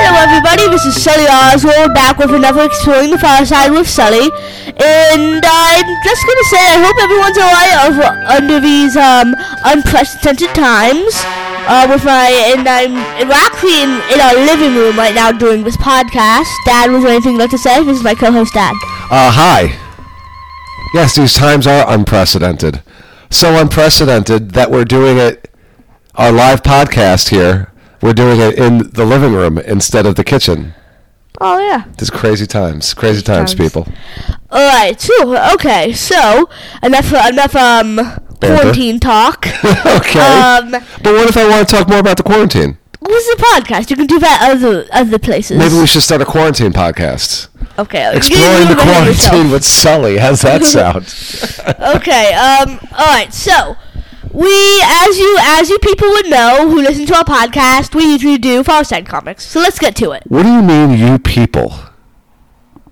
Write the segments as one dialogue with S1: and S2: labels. S1: Hello everybody, this is Sally Oswald back with another Exploring the Fireside with Sally. And I'm just gonna say I hope everyone's alright over under these um unprecedented times. Uh, with my and I'm and we're actually in, in our living room right now doing this podcast. Dad, was there anything left to say? This is my co-host Dad.
S2: Uh, hi. Yes, these times are unprecedented. So unprecedented that we're doing it, our live podcast here, we're doing it in the living room instead of the kitchen.
S1: Oh yeah.
S2: These crazy times, crazy
S1: times.
S2: times, people.
S1: All right, so okay, so enough enough um quarantine talk.
S2: okay.
S1: Um,
S2: but what if I want to talk more about the quarantine?
S1: This is a podcast. You can do that other other places.
S2: Maybe we should start a quarantine podcast.
S1: Okay.
S2: Exploring
S1: you
S2: the
S1: can do it yourself.
S2: quarantine with Sully. How's that sound?
S1: Okay. Um. All right. So. We, as you as you people would know who listen to our podcast, we usually do Far Side comics. So let's get to it.
S2: What do you mean, you people?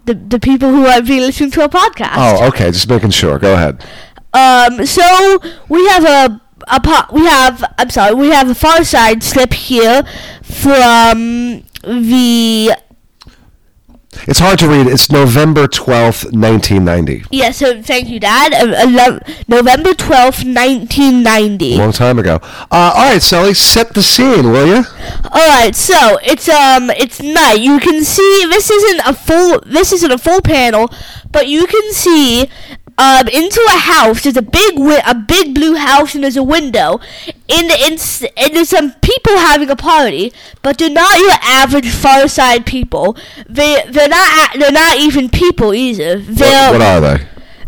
S1: The, the people who have been listening to our podcast.
S2: Oh, okay. Just making sure. Go ahead.
S1: Um. So we have a a po- we have I'm sorry we have a Far Side slip here from the
S2: It's hard to read. It's November 12th, 1990.
S1: yeah. So thank you, Dad. Uh, ele- November twelfth, nineteen ninety.
S2: long time ago. Uh, all right, Sally, set the scene, will you?
S1: All right, so it's um, it's night. You can see this isn't a full this isn't a full panel, but you can see um into a house. There's a big wi- a big blue house, and there's a window. In the ins- and there's some people having a party, but they're not your average fireside people. They they're not a- they're not even people either. They're
S2: What, what are they?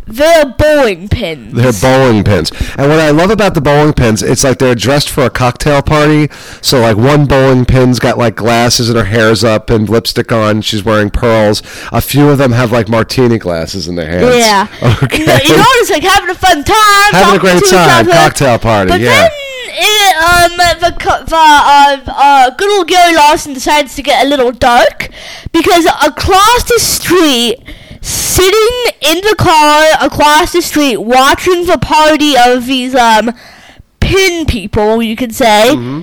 S1: they're bowling pins.
S2: They're bowling pins. And what I love about the bowling pins, it's like they're dressed for a cocktail party. So like one bowling pin's got like glasses and her hair's up and lipstick on. She's wearing pearls. A few of them have like martini glasses in their hands.
S1: Yeah.
S2: Okay.
S1: You know, you know, it's like having a fun time.
S2: Having a
S1: talking
S2: great
S1: to each
S2: time,
S1: other.
S2: cocktail party,
S1: But
S2: yeah.
S1: then, it, um, the, co- the uh, uh, good old Gary Larson decides to get a little dark because across the street, sitting in the car across the street, watching the party of these um, pin people, you could say,
S2: Mm-hmm.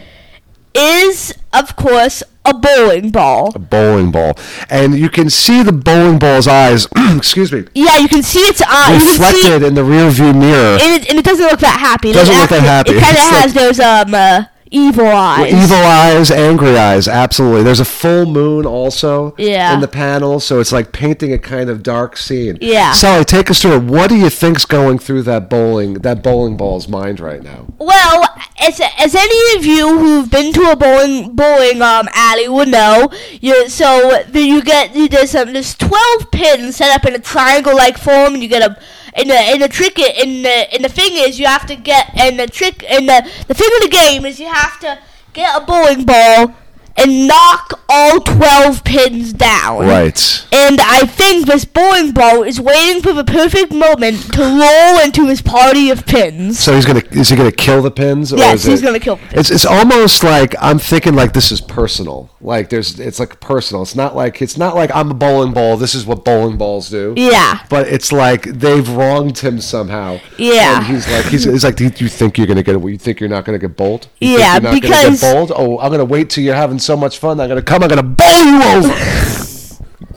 S1: is of course a bowling ball.
S2: bowling ball. And you can see the bowling ball's eyes, excuse me,
S1: Yeah, you can see its eye. You can see
S2: reflected in the rear view mirror.
S1: and it, and it doesn't look that happy. It
S2: Doesn't
S1: act-
S2: look that happy.
S1: It kind of
S2: It's like-
S1: has those um uh, evil eyes.
S2: Evil eyes, angry eyes, absolutely. There's a full moon also
S1: Yeah.
S2: in the panel, so it's like painting a kind of dark scene.
S1: Yeah.
S2: Sally, take us through it. What do you think's going through that bowling that bowling ball's mind right now?
S1: Well, as, as any of you who've been to a bowling bowling um alley would know, you so the, you get you, there's um, there's twelve pins set up in a triangle like form, and you get a and the and the trick i- and the and the thing is you have to get and the trick and the the thing of the game is you have to get a bowling ball and knock all twelve pins down.
S2: Right.
S1: And I think this bowling ball is waiting for the perfect moment to roll into his party of pins.
S2: So he's gonna is he gonna kill the pins? Or
S1: Yes,
S2: is
S1: he's
S2: it-
S1: gonna kill the pins.
S2: It's it's almost like I'm thinking like this is personal. Like there's it's like personal. It's not like it's not like I'm a bowling ball. This is what bowling balls do.
S1: Yeah.
S2: But it's like they've wronged him somehow.
S1: Yeah.
S2: And he's like he's, he's like do you think you're gonna get you think you're not gonna get bowled? You think
S1: Yeah,
S2: you're not
S1: because-
S2: gonna get bowled. Oh, I'm gonna wait till you're having so much fun. I'm gonna come. I'm gonna bowl you over.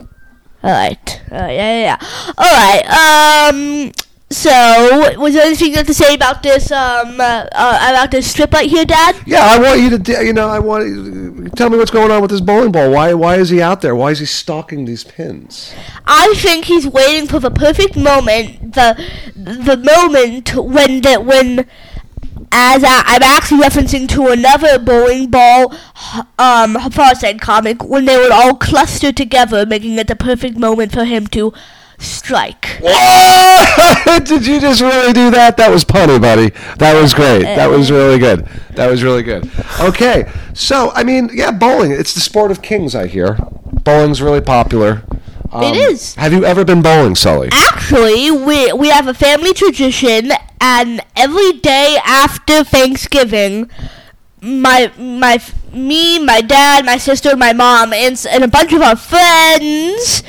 S1: Alright. Uh, yeah, yeah, yeah. Alright, um. So, was there anything you have to say about this, um, uh, uh, about this strip right here, Dad?
S2: yeah, I want you to do- you know I want you tell me what's going on with this bowling ball. Why why is he out there? Why is he stalking these pins?
S1: I think he's waiting for the perfect moment, the the moment when the when as I, I'm actually referencing to another bowling ball um Farside comic when they would all cluster together, making it the perfect moment for him to strike.
S2: What? Did you just really do that? That was punny, buddy. That was great.
S1: Eh.
S2: That was really good. That was really good. Okay, so I mean, yeah, bowling. It's the sport of kings, I hear. Bowling's really popular. Um,
S1: It is.
S2: Have you ever been bowling, Sully?
S1: Actually, we we have a family tradition, and every day after Thanksgiving, my my me, my dad, my sister, my mom, and, s- and a bunch of our friends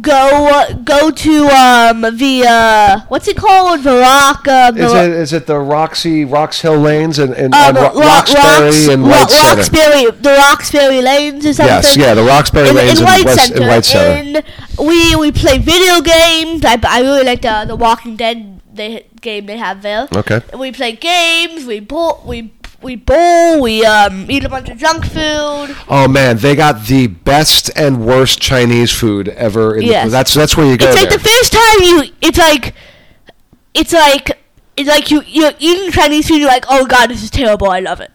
S1: go go to um the uh, what's it called Veraca
S2: Is it is it the Roxy Rox Hill Lanes and, and, and Ro-
S1: Uh, Ro-
S2: Roxbury
S1: Rox-
S2: and
S1: Ro-
S2: White Center?
S1: Roxbury, the Roxbury Lanes or something.
S2: Yes, yeah, the Roxbury
S1: in,
S2: Lanes
S1: in
S2: and
S1: White
S2: West-
S1: Center.
S2: and White Center.
S1: And we we play video games. I, I really like the the Walking Dead they, game they have there.
S2: Okay.
S1: And we play games. We bowl. We we bowl. We um eat a bunch of junk food.
S2: Oh man, they got the best and worst Chinese food ever. In
S1: Yes.
S2: the, that's that's where you go.
S1: it's like
S2: there.
S1: the first time you. It's like. It's like. It's like you you're eating Chinese food. You're like, oh god, this is terrible. I love it.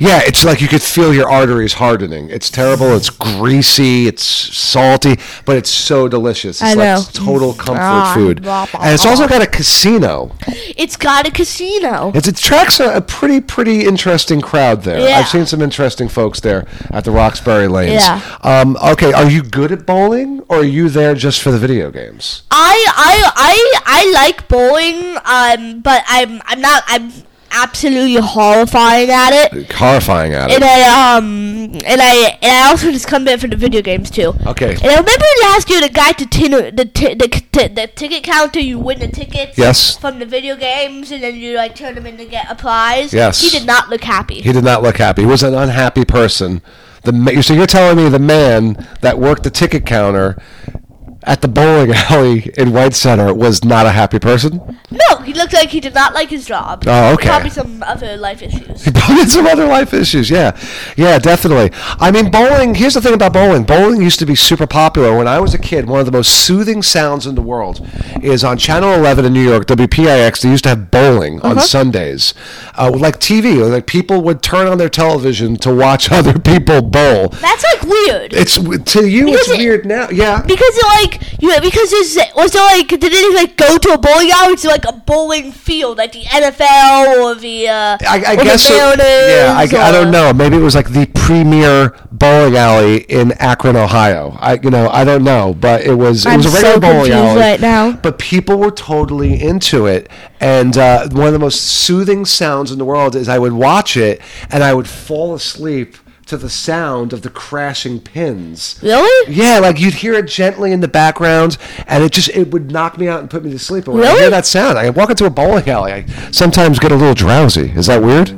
S2: Yeah, it's like you could feel your arteries hardening. It's terrible. It's greasy. It's salty, but it's so delicious. It's
S1: I know.
S2: like total comfort
S1: Ah,
S2: food.
S1: blah, blah,
S2: And it's
S1: blah.
S2: also got a casino.
S1: It's got a casino.
S2: It's, it attracts a, a pretty, pretty interesting crowd there.
S1: Yeah.
S2: I've seen some interesting folks there at the Roxbury Lanes.
S1: Yeah.
S2: Um, okay, are you good at bowling, or are you there just for the video games?
S1: I I I I like bowling, um, but I'm I'm not I'm absolutely horrifying at it.
S2: Horrifying at
S1: And
S2: it.
S1: I um and I and I also just come there for the video games too.
S2: Okay.
S1: And I remember last year the guy to tin- the, ti- the ti- the ticket counter you win the tickets
S2: Yes.
S1: from the video games and then you like turn them in to get a prize.
S2: Yes.
S1: He did not look happy.
S2: He did not look happy. He was an unhappy person. The ma- so you're telling me the man that worked the ticket counter at the bowling alley in White Center was not a happy person?
S1: no, he looked like he did not like his job.
S2: Oh, okay.
S1: Probably some other life issues.
S2: He probably had some other life issues. Yeah, yeah, definitely. I mean, bowling. Here's the thing about bowling. Bowling used to be super popular when I was a kid. One of the most soothing sounds in the world is on Channel 11 in New York, WPIX. They used to have bowling on Sundays, uh, like TV. Like people would turn on their television to watch other people bowl.
S1: That's like weird.
S2: It's to you.
S1: Because
S2: it's
S1: it-
S2: weird now. Yeah.
S1: Because it like you because there's was there like did it like go to a bowling alley to like a bowling field like the NFL or the uh
S2: I, I
S1: or
S2: guess
S1: the
S2: so. Yeah, I,
S1: Mariners
S2: I
S1: or-
S2: don't know. Maybe it was like the premier bowling alley in Akron, Ohio. I you know I don't know, but it was it was a
S1: I'm
S2: regular
S1: so
S2: bowling
S1: confused
S2: alley
S1: right now.
S2: But people were totally into it, and uh, one of the most soothing sounds in the world is I would watch it and I would fall asleep to the sound of the crashing pins.
S1: Really?
S2: Yeah, like you'd hear it gently in the background, and it just it would knock me out and put me to sleep. But when I
S1: Really?
S2: hear that sound, I walk into a bowling alley. I sometimes get a little drowsy. Is that weird?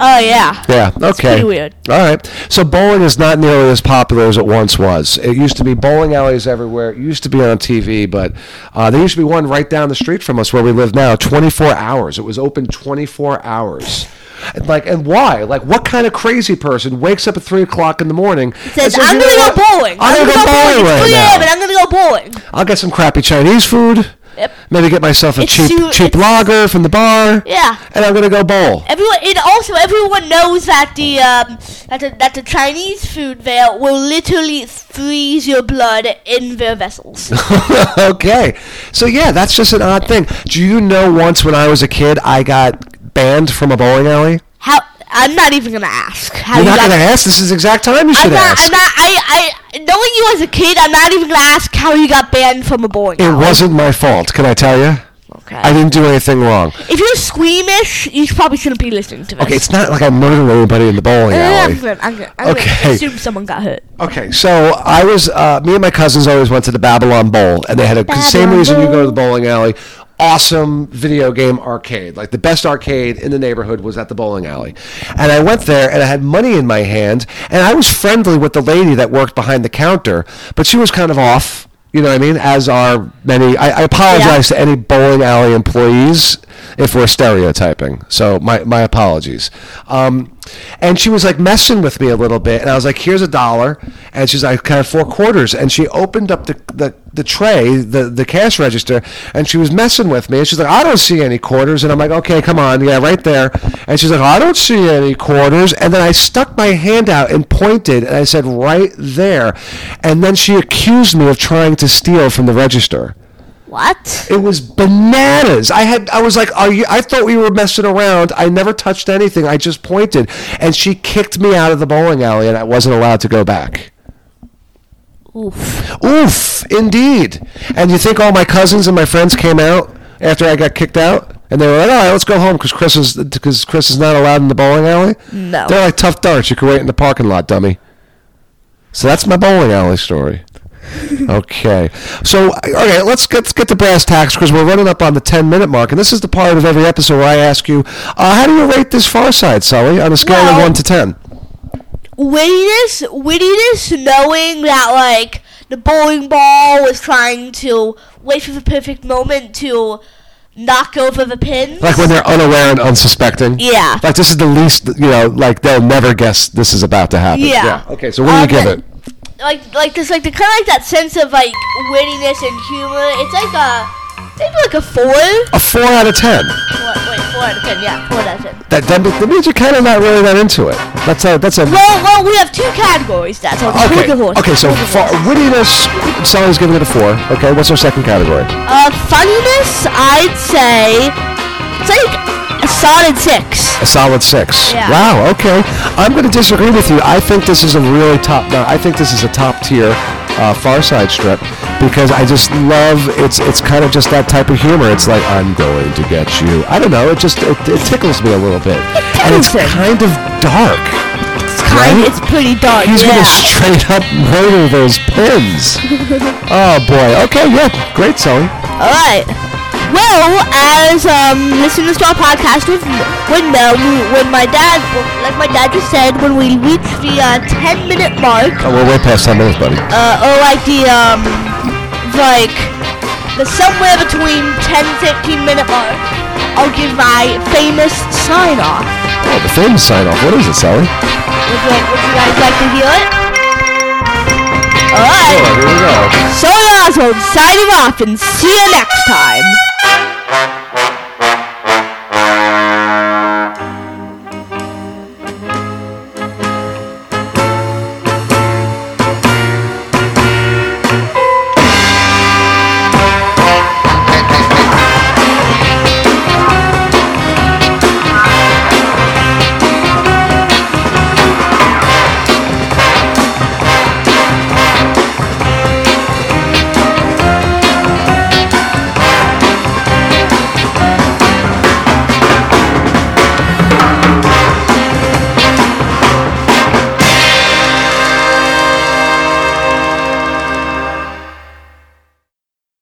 S1: Oh yeah.
S2: Yeah. okay.
S1: pretty weird.
S2: All right. So bowling is not nearly as popular as it once was. It used to be bowling alleys everywhere. It used to be on TV, but uh, there used to be one right down the street from us where we live now. Twenty-four hours. It was open twenty-four hours. And like, and why? Like, what kind of crazy person wakes up at three o'clock in the morning?
S1: Says,
S2: and
S1: I'm
S2: "You know
S1: gonna go
S2: what?
S1: bowling.
S2: I'm gonna go bowling
S1: It's
S2: right
S1: 3
S2: now.
S1: a.m. and I'm gonna go bowling.
S2: I'll get some crappy Chinese food.
S1: Yep.
S2: Maybe get myself a
S1: It's
S2: cheap
S1: su- it's-
S2: cheap lager from the bar.
S1: Yeah.
S2: And I'm gonna go bowl.
S1: Everyone and also everyone knows that the um that the, that the Chinese food there will literally freeze your blood in their vessels.
S2: okay. So yeah, that's just an odd thing. Do you know once when I was a kid I got banned from a bowling alley?
S1: How I'm not even gonna ask. How
S2: You're
S1: you
S2: not
S1: got-
S2: gonna ask? This is the exact time you should
S1: I'm not,
S2: ask.
S1: I'm not, I, I, knowing you as a kid, I'm not even gonna ask how you got banned from a bowling
S2: it
S1: alley.
S2: wasn't my fault, can I tell you?
S1: Okay.
S2: I didn't do anything wrong.
S1: if you're squeamish, you probably shouldn't be listening to this.
S2: Okay, it's not like I murdered anybody in the bowling alley.
S1: I'm gonna, I'm gonna, I'm
S2: Okay.
S1: gonna assume someone got hurt.
S2: Okay, so I was, uh, me and my cousins always went to the Babylon Bowl, and they had a the same
S1: Babylon
S2: reason you go to
S1: Bowl.
S2: the bowling alley. Awesome video game arcade. Like the best arcade in the neighborhood was at the bowling alley. And I went there and I had money in my hand, and I was friendly with the lady that worked behind the counter, but she was kind of off. You know what I mean? As are many. I, I apologize to any bowling alley employees if we're stereotyping. So my, my apologies. Um, and she was like messing with me a little bit, and I was like, "Here's a dollar," and she's like, "Kind of four quarters." And she opened up the, the, the tray, the, the cash register, and she was messing with me. And she's like, "I don't see any quarters," and I'm like, "Okay, come on, yeah, right there." And she's like, "I don't see any quarters," and then I stuck my hand out and pointed, and I said, "Right there," and then she accused me of trying to steal from the register.
S1: What?
S2: It was bananas. I had I was like, Are you I thought we were messing around. I never touched anything. I just pointed. And she kicked me out of the bowling alley and I wasn't allowed to go back.
S1: Oof.
S2: Oof, indeed. And you think all my cousins and my friends came out after I got kicked out? And they were like, "All right, let's go home because Chris is because Chris is not allowed in the bowling alley."
S1: No.
S2: They're like tough darts. You can wait in the parking lot, dummy. So that's my bowling alley story. okay. So okay, let's get let's get to brass tacks because we're running up on the ten minute mark, and this is the part of every episode where I ask you, uh, "How do you rate this Far Side, Sully, on a scale of
S1: Well-
S2: one to ten?
S1: wittiness, wittiness, knowing that like the bowling ball was trying to wait for the perfect moment to knock over the pins.
S2: Like when they're unaware and unsuspecting?
S1: Yeah.
S2: Like this is the least, you know, like they'll never guess this is about to happen.
S1: Yeah.
S2: Okay, so what do you
S1: Um,
S2: give it?
S1: like like there's like the kind of like that sense of like wittiness and humor. It's like a maybe like a four.
S2: A four out of ten.
S1: four wait, four out of ten. Yeah, four out of ten.
S2: That that, that means you're kind of not really that into it. That's a that's a.
S1: Well, well, we have two categories. That's all.
S2: Okay.
S1: Quick horse.
S2: Okay. So
S1: quick
S2: far,
S1: horse.
S2: wittiness. Sally's giving it a four. Okay. What's our second category?
S1: Uh, funniness, I'd say it's like a solid six.
S2: A solid six.
S1: Yeah.
S2: Wow. Okay. I'm going to disagree with you. I think this is a really top. No, I think this is a top tier uh, Far Side strip because I just love it's. It's kind of just that type of humor. It's like I'm going to get you. I don't know. It just it, it tickles me a little bit, and it's
S1: tickles him.
S2: kind of dark.
S1: It's kind.
S2: Right?
S1: It's pretty dark.
S2: He's
S1: yeah.
S2: gonna straight up murder those pins. oh boy. Okay. Yeah. Great, Sully.
S1: All right. Well, as um, listeners to our podcast would, would know, we- when my dad, like my dad just said, when we reach the uh, 10 minute mark,
S2: Oh, we're way past ten minutes, buddy.
S1: uh, or like the, um, like, the somewhere between 10 15 minute mark, I'll give my famous sign off.
S2: Oh, the famous sign off. What is it, Sully?
S1: Would you, would you guys like to hear it? Alright.
S2: Oh, here we go.
S1: Solar Oswald signing off and see you next time.